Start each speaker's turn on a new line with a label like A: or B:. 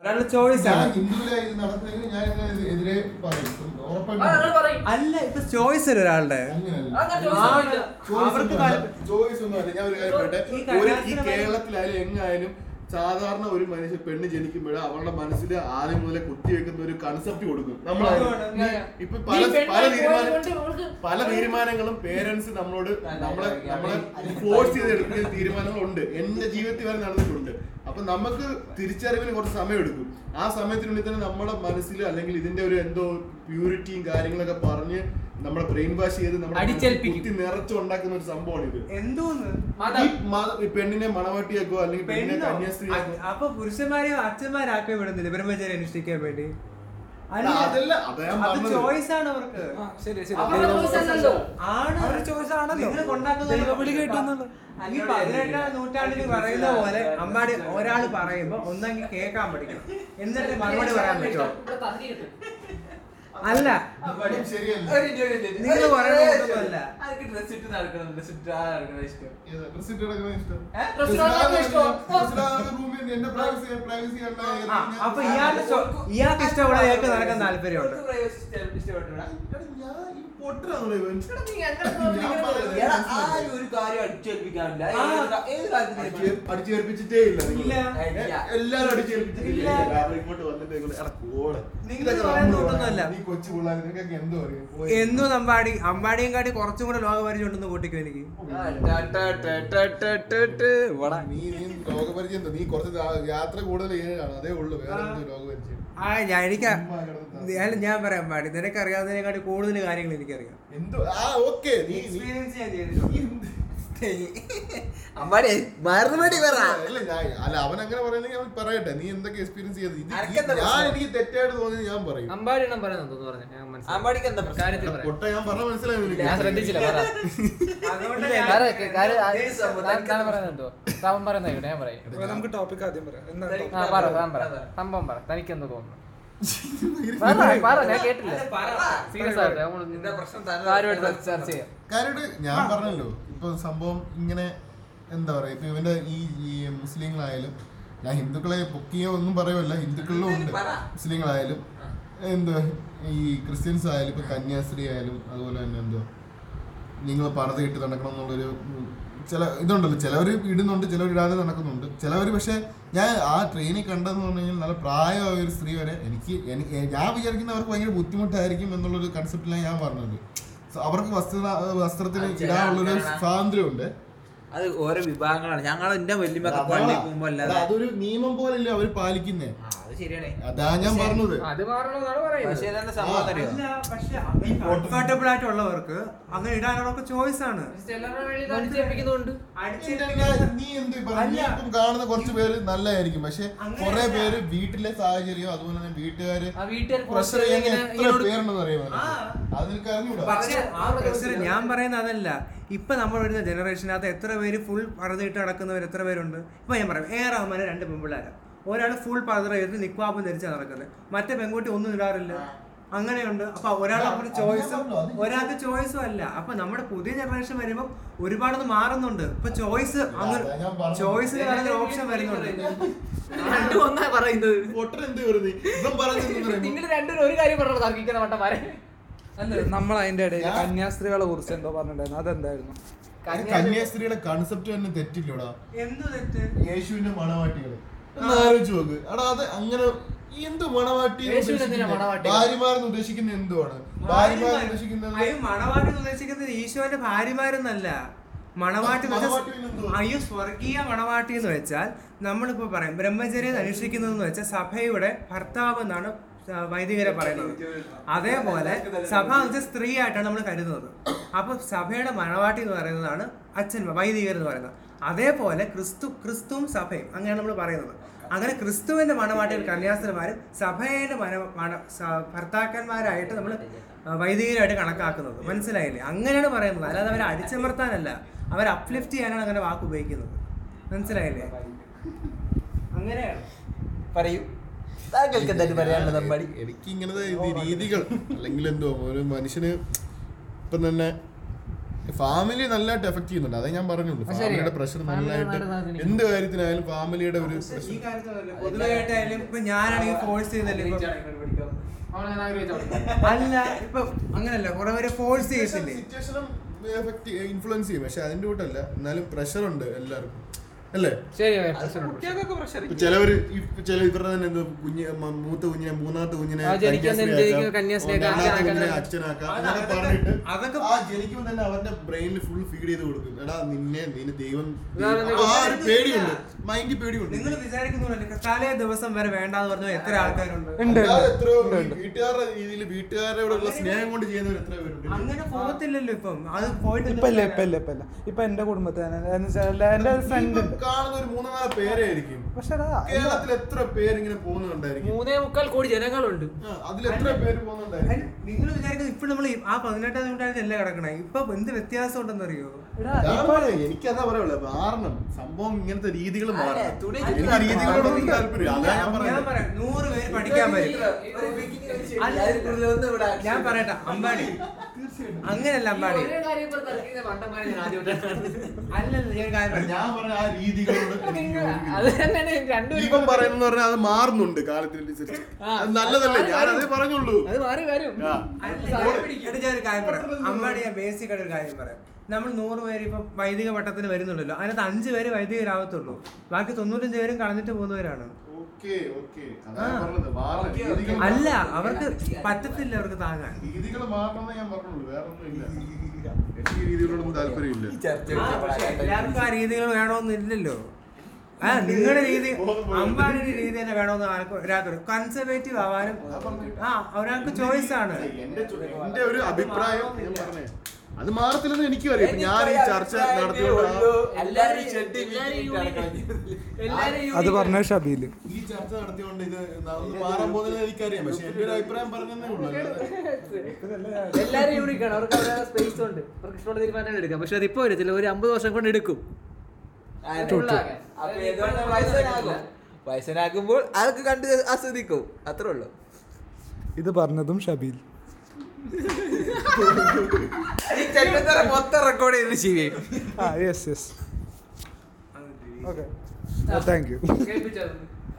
A: ഒരാളുടെ ചോയ്സ്
B: ഞാൻ
A: ആണ്
B: ഹിന്ദുവിലായി ഇത് നടക്കുന്നെങ്കിൽ ഞാൻ ഇതിന് എതിരെ പറയും
C: ആ,
B: ഉറപ്പായിട്ടും
C: ഞങ്ങൾ പറയും.
A: അല്ല ഇപ്പൊ ചോയ്സ് അല്ലേ ഒരാളുടെ
B: അങ്ങനെയല്ല
C: അങ്ങനെ ചോദിച്ചാൽ ഇല്ല.
A: അവർക്ക്
B: ചോയ്സ്
A: താല്പര്യം-
B: ചോയ്സ് ഒന്നും അല്ല ഞാൻ ഒരു കാര്യം പറയട്ടെ
A: ഈ
B: ഒരു ഈ
A: കലാകാരന്മാര്
B: കേരളത്തിലായാലും എങ്ങായാലും സാധാരണ ഒരു മനുഷ്യ പെണ്ണ് ജനിക്കുമ്പോഴേ അവളുടെ മനസ്സിൽ ആദ്യം മുതലേ കുത്തിവെക്കുന്ന ഒരു കൺസെപ്റ്റ് കൊടുക്കും നമ്മൾ
C: ഞാൻ-
B: ഇപ്പൊ
C: നീ
B: പല പല
C: പെണ്ണായി പോയത്
B: തീരുമാനം
C: കൊണ്ട് അവൾക്ക്
B: പല തീരുമാനങ്ങളും പേരൻസ് നമ്മളോട് നമ്മളെ നമ്മളെ ഫോഴ്സ് ചെയ്തെടുക്കുന്ന തീരുമാനങ്ങളുണ്ട് എന്റെ ജീവിതത്തിൽ വരെ നടന്നിട്ടുണ്ട് അപ്പൊ നമുക്ക് തിരിച്ചറിവിന് കുറച്ച് സമയം എടുക്കും ആ സമയത്തിനുള്ളിൽ തന്നെ നമ്മുടെ മനസ്സിൽ അല്ലെങ്കിൽ ഇതിന്റെ ഒരു എന്തോ പ്യൂരിറ്റിയും കാര്യങ്ങളൊക്കെ പറഞ്ഞ് നമ്മളെ ബ്രെയിൻ വാഷ് ചെയ്ത് നമ്മുടെ
C: അടിച്ചേൽപ്പിക്കും.
B: കുത്തി നിറച്ചുണ്ടാക്കുന്ന ഒരു സംഭവമാണ് ഇത്
A: എന്തോന്ന്
C: മതം.
B: ഈ മ- ഈ പെണ്ണിനെ മണവാട്ടിയാക്കോ അല്ലെങ്കിൽ പെണ്ണിനെ
A: പെണ്ണോ?
B: കന്യാസ്ത്രീയാക്കോ
A: അ- അപ്പൊ പുരുഷന്മാരെയും അച്ഛന്മാരാക്കി വിടുന്നില്ല ബ്രഹ്മചര്യം അനുഷ്ഠിക്കാൻ വേണ്ടി അല്ല
B: അതല്ല അതാ ഞാൻ
A: അത്
B: പറഞ്ഞത്.
A: ചോയ്സ് ആണ് അവർക്ക്
D: ആ, ശരി
C: അവരുടെ choice ആണല്ലോ.
A: ആണ്
D: അവരുടെ choice ആണല്ലോ.
A: നിങ്ങൾ കൊണ്ടാക്കുന്നത്
D: ദൈവവിളി കേട്ടെന്നുള്ളത്.
A: ഈ പതിനെട്ടാം നൂറ്റാണ്ടിൽ പറയുന്ന പോലെ അമ്മാടി ഒരാൾ പറയുമ്പോ ഒന്നെങ്കിൽ കേൾക്കാൻ പഠിക്കണം എന്നിട്ട് മറുപടി പറയാൻ പറ്റുമോ
C: ഇവിടെ തല്ലി കിട്ടും.
A: അല്ല
B: അതും ശരിയല്ല
A: നിങ്ങൾ പറയുന്ന ഒന്നുമല്ല
D: ഡ്രസ് ഇട്ട് നടക്കണം ഡ്രസ് ഇട്ട് ആ നടക്കണം ഇഷ്ടം
B: ഏതാ? dress ഇട്ട് നടക്കുന്നത് ഇഷ്ടം?
D: ഏ?
C: dress
B: dress
C: ഇടാതെ
B: ഇടാതെ
C: ഇഷ്ടം?
B: dress ഇടാതെ room ൽ എന്റെ privacy- privacy കണ്ടാ ഏത്
A: ആ,
B: ഞാൻ-
A: അപ്പൊ ഇയാളുടെ ചോ- ഇയാൾക്ക് ഇഷ്ടമുള്ള ഇയാൾക്ക് നടക്കാൻ താല്പര്യമുണ്ട്
B: എടാ, ഞാൻ ഈ പൊട്ടനാണോ ഇവൻ?
C: ഇവിടെ നീ എങ്ങനെ ഇപ്പോ
B: ഞാൻ
C: ഇങ്ങനെ
B: പറയുന്നത്.
D: എടാ, ആരും ഒരു കാര്യം അടിച്ചേൽപ്പിക്കാറില്ല
A: ആ.
D: ഏത് കാ- ഏത് കാര്യത്തിലും
B: അടിച്ചേൽ- അടിച്ചേൽപ്പിച്ചിട്ടേ ഇല്ല നിങ്ങൾ.
A: ഇല്ല.
B: ഏ, എല്ലാവരും അടിച്ചേൽപ്പിച്ചിട്ടില്ല.
A: ഇല്ല.
B: എല്ലാവരും ഇങ്ങോട്ട് വന്നിട്ട് നിങ്ങൾ, എടാ, കോള്.
A: നിങ്ങൾ
B: ഇതൊക്കെ
A: പറയാൻ
B: നമ്മള്
A: നോക്കുന്നതല്ല.
B: പറയണം. ഈ കൊച്ചു പിള്ളേർ നിനക്കൊക്കെ എന്തോ അറിയാം. പോയി.
A: എന്നും അമ്പാടി അമ്പാടിയും കാട്ടി കുറച്ചും കൂടെ ലോകപരിചയം ഉണ്ടെന്ന് കൂട്ടിക്കും എനിക്ക്
D: ആ, ടാ, ടാ, ടാ, ടാ, ടാ, ടാ, ടാ. വടാ.
B: നീ നീ ലോകപരിചയം എന്താ? നീ കുറച്ച് രാ- യാത്ര കൂടുതൽ ചെയ്യണതാണ് അതേ ഉള്ളൂ വേറെ എന്തോ ലോകപരിചയം
A: ആ ഞാൻ എനിക്ക്
B: ചുമ്മാ കിടന്ന്
A: ഞാൻ ഞാൻ പറയാം അമ്പാടി നിനക്കറിയാവുന്നതിനെക്കാട്ടി കൂടുതൽ കാര്യങ്ങൾ എനിക്കറിയാം
B: എന്തോ ആ ഓക്കെ നീ നീ
A: എക്സ്പീരിയൻസ് ഞാൻ ചെയ്തിട്ടുണ്ട്
B: എന്ത്?
D: അമ്മാടി മറുപടി പറ
B: അല്ല ഞാൻ അല്ല അവൻ അങ്ങനെ പറയണെങ്കിൽ അവൻ പറയട്ടെ നീ എന്തൊക്കെ എക്സ്പീരിയൻസ് ചെയ്തത് ഇത്
D: അനക്കെന്താ
B: ഈ- ഞാൻ എനിക്ക് തെറ്റായിട്ട് തോന്നിയത് ഞാൻ പറയും
E: അമ്പാടിയെണ്ണം പറയുന്നു തോന്നുന്നു പറഞ്ഞു ഞാൻ മനസ്സിലായി
D: അമ്പാടിക്ക് എന്താ പ്രശ്നം?
E: കാര്യത്തിൽ പറയാം
B: പൊട്ട ഞാൻ പറഞ്ഞ മനസ്സിലായി നിനക്ക്.
E: ഞാൻ ശ്രദ്ധിച്ചില്ല പറ
A: അതുകൊണ്ട്
E: വേറെ ഒക്കെ കാര്യം ആ-
D: ദേശം,
E: താൻ- താൻ പറയുന്നുണ്ടോ താൻ പറയുന്നതായിക്കോട്ടെ ഞാൻ പറയാം
F: നമുക്ക് ടോപ്പിക് ആദ്യം പറയാം എന്താണ്
D: തനിക്ക്
E: ആ
F: topic?
E: പറ താൻ പറ സംഭവം പറ തനിക്ക് എന്ത് തോന്നുന്നു
B: ഇത്
E: പറ പറ ഞാൻ കേട്ടില്ല
D: അല്ല, പറ.
E: സീരിയസ് ആയിട്ട് നമ്മൾ
D: എന്താ പ്രശ്നം? താൻ-
E: കാര്യമായിട്ട് ചർച്ച ചെയ്യാം
B: കാര്യമായിട്ട് ഞാൻ പറഞ്ഞല്ലോ ഇപ്പൊ സംഭവം ഇങ്ങനെ എന്താ പറയാ ഇപ്പൊ ഇവന്റെ ഈ ഈ മുസ്ലിങ്ങളായാലും ഞാൻ ഹിന്ദുക്കളെ പൊക്കിയോ ഒന്നും പറയുമല്ല ഹിന്ദുക്കളിലും ഉണ്ട് മുസ്ലിങ്ങളായാലും എന്താ ഈ ക്രിസ്ത്യൻസ് ആയാലും ഇപ്പൊ കന്യാസ്ത്രീ ആയാലും അതുപോലെ തന്നെ എന്തോ നിങ്ങൾ പണത് കെട്ടി നടക്കണം എന്നുള്ളൊരു ചില ഇതുണ്ടല്ലോ ചിലവർ ഇടുന്നുണ്ട് ചിലവർ ഇടാതെ നടക്കുന്നുണ്ട് ചിലവർ പക്ഷേ ഞാൻ ആ ട്രെയിനിൽ കണ്ടെന്ന് പറഞ്ഞു കഴിഞ്ഞാൽ നല്ല പ്രായമായ ഒരു സ്ത്രീ വരെ എനിക്ക് എനി- എ- ഞാൻ വിചാരിക്കുന്ന അവർക്ക് ഭയങ്കര ബുദ്ധിമുട്ടായിരിക്കും എന്നുള്ളൊരു കൺസെപ്റ്റിലാണ് ഞാൻ പറഞ്ഞത് So അവർക്ക് വസ്ത്ര വസ്ത്രത്തിന്
D: അത് ചില
B: ഇടാനുള്ളൊരു
D: ആൾക്കാരാണ്.
B: സ്വാതന്ത്ര്യമുണ്ട്
D: അത് ഓരോ വിഭാഗങ്ങളാണ് ഞങ്ങൾ എന്റെ വല്യമ്മക്ക് പള്ളി പോകുമ്പോ
B: അതാ-
D: അല്ലാതെ
B: അതാ അതൊരു നിയമം പോലെയല്ലേ അവർ പാലിക്കുന്നേ
D: ആ, അത് ശരിയാണ്
B: അതാ ഞാൻ പറഞ്ഞത്
E: അത് മാറണമെന്നാണ് പറയുന്നത്
D: പക്ഷേ ഇതെന്താ സംഭവം അറിയോ
A: അല്ല പക്ഷെ കംഫർട്ടബിൾ ആയിട്ടുള്ളവർക്ക് അങ്ങനെ ഇടാനുള്ളവർക്ക് ചോയ്സ് ആണ്
C: ചിലരുടെ വഴി അടിച്ചേൽപ്പിക്കുന്നുണ്ട്
B: ഇതെന്നാ നീ എന്ത് ഈ പറഞ്ഞ- നീ ഇപ്പം കാണുന്ന കുറച്ച് പേര് നല്ലതായിരിക്കും പക്ഷെ
A: അങ്ങനെയല്ല.
B: കുറെ പേര് വീട്ടിലെ സാഹചര്യം അതുപോലെ തന്നെ വീട്ടുകാര്
C: ആ വീട്ടുകാർ
B: പ്രഷർ ചെയ്യുന്ന എത്ര പേരുണ്ടെന്ന് അറിയാമോ
A: ആ.
B: അതിനൊക്കെ അറിഞ്ഞൂടാ
A: പക്ഷെ ആ പ്രശ്നം ഞാൻ പറയുന്ന അതല്ല ഇപ്പൊ നമ്മൾ വരുന്ന ജനറേഷനകത്ത് എത്ര പേര് ഫുൾ പറതിട്ട് നടക്കുന്നവർ എത്ര പേരുണ്ട് ഇപ്പൊ ഞാൻ പറയാം എ റഹ്മാനെ രണ്ട് പെൺപിള്ളേരാ ഒരാൾ ഫുൾ പറത ചെയ്ത് നിക്വാബും ധരിച്ചാ നടക്കുന്നത് മറ്റേ പെൺകുട്ടി ഒന്നും ഇടാറില്ല അങ്ങനെയുണ്ട് അപ്പൊ ഒരാൾ അവരുടെ
B: അത് ഞാൻ
A: ചോയ്സും
B: പറഞ്ഞു, അത് ഞാൻ
A: ഒരാൾക്ക് ചോയ്സും അല്ല അപ്പൊ നമ്മുടെ പുതിയ ജനറേഷൻ വരുമ്പോൾ ഒരുപാടൊന്ന് മാറുന്നുണ്ട് ഇപ്പൊ ചോയ്സ് അങ്ങനെ
B: അതാ ഞാൻ പറഞ്ഞത്.
A: ചോയ്സ് ഓപ്ഷൻ വരുന്നുണ്ട്
D: രണ്ടും ഒന്നാ പറയുന്നത്
B: പൊട്ടൻ എന്ത് വെറുതെ ഇപ്പം പറഞ്ഞു
D: നിങ്ങൾ രണ്ടുപേരും ഒരു കാര്യം പറഞ്ഞു തർക്കിക്കുന്ന വട്ടന്മാരെ
F: നമ്മൾ അതിന്റെ ഇടയിൽ
B: ഞാൻ-
F: കന്യാസ്ത്രീകളെ കുറിച്ച് എന്തോ പറഞ്ഞിട്ടുണ്ടായിരുന്നു അതെന്തായിരുന്നു
B: കന്യാസ്ത്രീയുടെ കൺസെപ്റ്റ് തന്നെ തെറ്റില്ലടാ
A: എന്തു തെറ്റ്
B: യേശുവിന്റെ മണവാട്ടികള് ഒന്ന് ആലോചിച്ച് നോക്ക് എടാ അത് അങ്ങനെ എന്ത് മണവാട്ടി എന്ന്
D: യേശുവിന് എന്തിനാ
B: ഉദ്ദേശിക്കുന്നത്?
D: മണവാട്ടികൾ?
B: ഭാര്യമാരെന്ന് ഉദ്ദേശിക്കുന്നത് എന്തുവാണ് ഭാര്യമാരെന്ന് ഉദ്ദേശിക്കുന്നത്
A: അയ്യോ മണവാട്ടി ഉദ്ദേശിക്കുന്നത് ഈശോന്റെ ഭാര്യമാരെന്നല്ല മണവാട്ടി എന്ന് വെച്ചാൽ-
B: മണവാട്ടിയിൽ എന്തോ?
A: അയ്യോ സ്വർഗീയ മണവാട്ടി എന്ന് വെച്ചാൽ നമ്മളിപ്പോ പറയും ബ്രഹ്മചര്യം അനുഷ്ഠിക്കുന്നത് എന്ന് വെച്ചാൽ സഭയുടെ ഭർത്താവ് എന്നാണ് ആ, വൈദികരെ പറയുന്നത് അതേപോലെ സഭ എന്ന് വെച്ചാൽ സ്ത്രീ ആയിട്ടാണ് നമ്മൾ കരുതുന്നത് അപ്പൊ സഭയുടെ മണവാട്ടി എന്ന് പറയുന്നതാണ് അച്ഛൻ വൈദികർ എന്ന് പറയുന്നത് അതേപോലെ ക്രിസ്തു ക്രിസ്തുവും സഭയും അങ്ങനെയാണ് നമ്മൾ പറയുന്നത് അങ്ങനെ ക്രിസ്തുവിന്റെ മണവാട്ടികൾ കന്യാസ്ത്രമാരും സഭയുടെ മന മണ സ- ഭർത്താക്കന്മാരായിട്ട് നമ്മൾ വൈദികരായിട്ട് കണക്കാക്കുന്നത് മനസ്സിലായില്ലേ അങ്ങനെയാണ് പറയുന്നത് അല്ലാതെ അവരെ അടിച്ചമർത്താനല്ല അവരെ അപ്ലിഫ്റ്റ് ചെയ്യാനാണ് അങ്ങനെ വാക്ക് ഉപയോഗിക്കുന്നത് മനസ്സിലായില്ലേ അങ്ങനെയാണ്
D: പറയൂ താങ്കൾക്ക് എന്തായാലും പറയാനുള്ളത് അമ്പാടി
B: എനിക്ക് ഇങ്ങനത്തെ രീതികൾ അല്ലെങ്കിൽ എന്തോ ഒരു മനുഷ്യന് ഇപ്പം തന്നെ ഫാമിലി നല്ലതായിട്ട് എഫക്ട് ചെയ്യുന്നുണ്ട് അതേ ഞാൻ പറഞ്ഞുള്ളൂ
E: ആ, ശരി.
B: ഫാമിലിയുടെ പ്രഷർ
E: Family
B: നന്നായിട്ട്
E: നന്നായിട്ട് സ്വാധീനിക്കും.
B: എന്ത് കാര്യത്തിനായാലും ഫാമിലിയുടെ ഒരു
A: ഈ
B: പ്രഷർ
A: കാര്യത്തിലല്ല പൊതുവായിട്ടായാലും ഇപ്പൊ ഞാനാണെങ്കിൽ ഫോഴ്സ് ചെയ്തല്ലേ ഇപ്പൊ-
E: അവനെ ആഗ്രഹിച്ചോളൂ
A: അല്ല ഇപ്പൊ അങ്ങനല്ല കുറെ പേര് ഫോഴ്സ് ചെയ്യത്തില്ലേ
B: ഇൻഫ്ലുവൻസ് ചെയ്യും പക്ഷെ അതിന്റെ കൂട്ടല്ല എന്നാലും പ്രഷർ ഉണ്ട് എല്ലാവർക്കും അല്ലേ
E: ശരി
D: അത് കുട്ടികൾക്കൊക്കെ pressure
B: ഇപ്പൊ
D: ഇരിക്കും.
B: ചിലവര് ഈ ചില ഇവരുടെ തന്നെ എന്തോ കുഞ്ഞ് മ- മൂത്ത കുഞ്ഞിനെ മൂന്നാമത്തെ കുഞ്ഞിനെ
E: ആ, ജനിക്കാൻ
B: കന്യാസ്ത്രീ
E: തന്നെ
B: ആക്കാം,
E: കന്യാസ്ത്രീ ആക്കാം,
B: ഒന്നാമത്തെ
E: ആക്കാം,
B: കുഞ്ഞിനെ
E: ആക്കാം.
B: അച്ഛനാക്കാം
A: അത്
B: എന്നൊക്കെ
A: അതൊക്കെ-
B: പറഞ്ഞിട്ട്
A: അതൊക്കെ
B: ആ ജനിക്കുമ്പോൾ തന്നെ അവരുടെ ബ്രെയിനിൽ ഫുൾ ഫീഡ് ചെയ്ത് കൊടുക്കും എടാ നിന്നെ നിന്നെ ദൈവം
E: ഇതാണ്
B: ദൈവം- ആ ഒരു പേടിയുണ്ട് മൈൻഡ് പേടിയുണ്ട്
A: നിങ്ങൾ വിചാരിക്കുന്നുണ്ടല്ലോ തലേ ദിവസം വരെ വേണ്ടാന്ന് പറഞ്ഞ എത്ര ആൾക്കാരുണ്ട്
F: ഉണ്ട്,
B: അല്ലാതെ എത്രയോ
F: ഉണ്ട്, ഉണ്ട്.
B: വീട്ടുകാരുടെ രീതിയിൽ വീട്ടുകാരോടുള്ള സ്നേഹം കൊണ്ട് ചെയ്യുന്നവർ എത്ര പേരുണ്ട്
A: അങ്ങനെ പോകത്തില്ലല്ലോ ഇപ്പം അത് പോയിട്ട്
F: ഇപ്പൊ ഇല്ല ഇപ്പൊ ഇല്ല ഇപ്പൊ ഇല്ല ഇപ്പൊ എന്റെ കുടുംബത്തിൽ തന്നെ എന്ന് വെച്ചാ എല്ലാ- എന്റെ ഒരു ഫ്രണ്ട് ഉണ്ട്
B: ഇപ്പൊ കാണുന്ന ഒരു മൂന്ന് നാല് പേരായിരിക്കും
F: പക്ഷെ അതാ, എന്താ?
B: കേരളത്തിൽ എത്ര പേര് ഇങ്ങനെ പോകുന്നുണ്ടായിരിക്കും
E: മൂന്നേ മുക്കാൽ കോടി ജനങ്ങളുണ്ട്
B: ആ, അതിൽ എത്ര പേര് പോകുന്നുണ്ടായിരിക്കും
A: നിങ്ങൾ വിചാരിക്കുന്നത് ഇപ്പൊ നമ്മൾ ആ പതിനെട്ടാം നൂറ്റാണ്ടിൽ അല്ലേ കിടക്കണേ ഇപ്പൊ എന്ത് വ്യത്യാസം ഉണ്ടെന്നറിയോ
F: എടാ,
B: ഞാൻ
F: ഇപ്പൊ-
B: പറയാം, എനിക്കതാ പറയുള്ളൂ മാറണം സംഭവം ഇങ്ങനത്തെ രീതികൾ മാറണം
D: അതെ, today
B: എനിക്ക്
D: today
B: രീതികളോടൊന്നും താല്പര്യം അതാ ഞാൻ
A: ഞാൻ
B: പറയുന്നത്
A: പറയാം നൂറ് പേര് പഠിക്കാൻ പറ്റും
D: ഒരു beginning, ഒരു ശരി.
A: അല്ല.
D: അതിൽ കൂടുതലൊന്നും ഇവിടെ action
A: ഞാൻ
D: ഇല്ല.
A: പറയട്ടെ അമ്പാടി അങ്ങനല്ല അമ്പാടി അല്ലല്ല ഞാൻ ഒരു കാര്യം പറയാം
B: ഞാൻ പറഞ്ഞ ആ രീതികളോട് എനിക്ക് യോജിക്കുന്നില്ല.
E: അത് തന്നെയാണ് രണ്ടുപേരും
B: ഇവൻ പറയുന്നത് പറഞ്ഞാൽ അത് മാറുന്നുണ്ട് കാലത്തിനനുസരിച്ച് അത് നല്ലതല്ലേ ഞാൻ അതേ പറഞ്ഞുള്ളൂ
E: അത് മാറി വരും
B: ആ.
A: അല്ല, എടി, ഞാൻ ഒരു കാര്യം പറയാം അമ്പാടി ഞാൻ ബേസിക് ആയിട്ട് ഒരു കാര്യം പറയാം നമ്മൾ നൂറ് പേര് ഇപ്പൊ വൈദിക പട്ടത്തിന് വരുന്നുണ്ടല്ലോ അതിനകത്ത് അഞ്ച് പേര് വൈദികരാകത്തുള്ളൂ ബാക്കി തൊണ്ണൂറ്റഞ്ച് പേരും കളഞ്ഞിട്ട് പോകുന്നവരാണ്
B: ഓക്കേ ഓക്കേ അതാ ഞാൻ പറഞ്ഞത് മാറണം
D: ഓക്കേ, ഓക്കേ.
B: രീതികൾ
A: അല്ല അവർക്ക് പറ്റത്തില്ല അവർക്ക് താങ്ങാൻ
B: രീതികൾ മാറണമെന്ന് ഞാൻ പറഞ്ഞുള്ളൂ വേറെ ഒന്നും ഇല്ല എനിക്ക് ഈ രീതികളോടൊന്നും താല്പര്യമില്ല
D: ഈ ചർച്ച
A: ആ,
D: വിളിച്ച്
A: പക്ഷേ
D: പറയാൻ
A: എല്ലാവർക്കും ആ രീതികൾ വേണമെന്നില്ലല്ലോ ആ നിങ്ങളുടെ രീതി അമ്പാടിയുടെ രീതി തന്നെ വേണമെന്ന് ആർക്കും ഒരാൾക്കും കൺസർവേറ്റീവ് ആവാനും ആ ഒരാൾക്ക് ചോയ്സ് ആണ്
B: എന്റെ ചു- എന്റെ ഒരു അഭിപ്രായം ഞാൻ പറഞ്ഞേ അത് മാറത്തില്ലെന്ന് എനിക്കും അറിയാം ഞാൻ ഈ ചർച്ച നടത്തിയോണ്ട് ആ-
D: എല്ലാവരും ഷെഡ്
E: എല്ലാരും ഈ
F: അത് പറഞ്ഞ ഷബീല്
B: ഈ ചർച്ച നടത്തിയോണ്ട് ഇത് ന- ഒന്ന് മാറാൻ പോകുന്നില്ല എനിക്കറിയാം പക്ഷെ എന്റെ ഒരു അഭിപ്രായം പറഞ്ഞതേ ഉള്ളൂ അല്ലാതെ-
E: എല്ലാരും യൂണിക്കാണ് അവർക്ക് അവരുടെ സ്പേസ് ഉണ്ട് അവർക്ക് ഇഷ്ടമുള്ള തീരുമാനങ്ങൾ എടുക്കാം പക്ഷെ അതിപ്പോ വരത്തില്ല ഒരു അമ്പത് വർഷം കൊണ്ട് എടുക്കും ഉള്ളാകെ.
D: വയസ്സനാകുമ്പോൾ അതൊക്കെ കണ്ട് ആസ്വദിക്കും അത്രേ ഉള്ളൂ
F: ഇത് പറഞ്ഞതും ഷബീൽ
D: ഈ ചെണ്ടത്തറ മൊത്തം റെക്കോർഡ് ചെയ്ത് ശരി
F: ആ yes yes okay thank you
E: കേൾപ്പിച്ചത്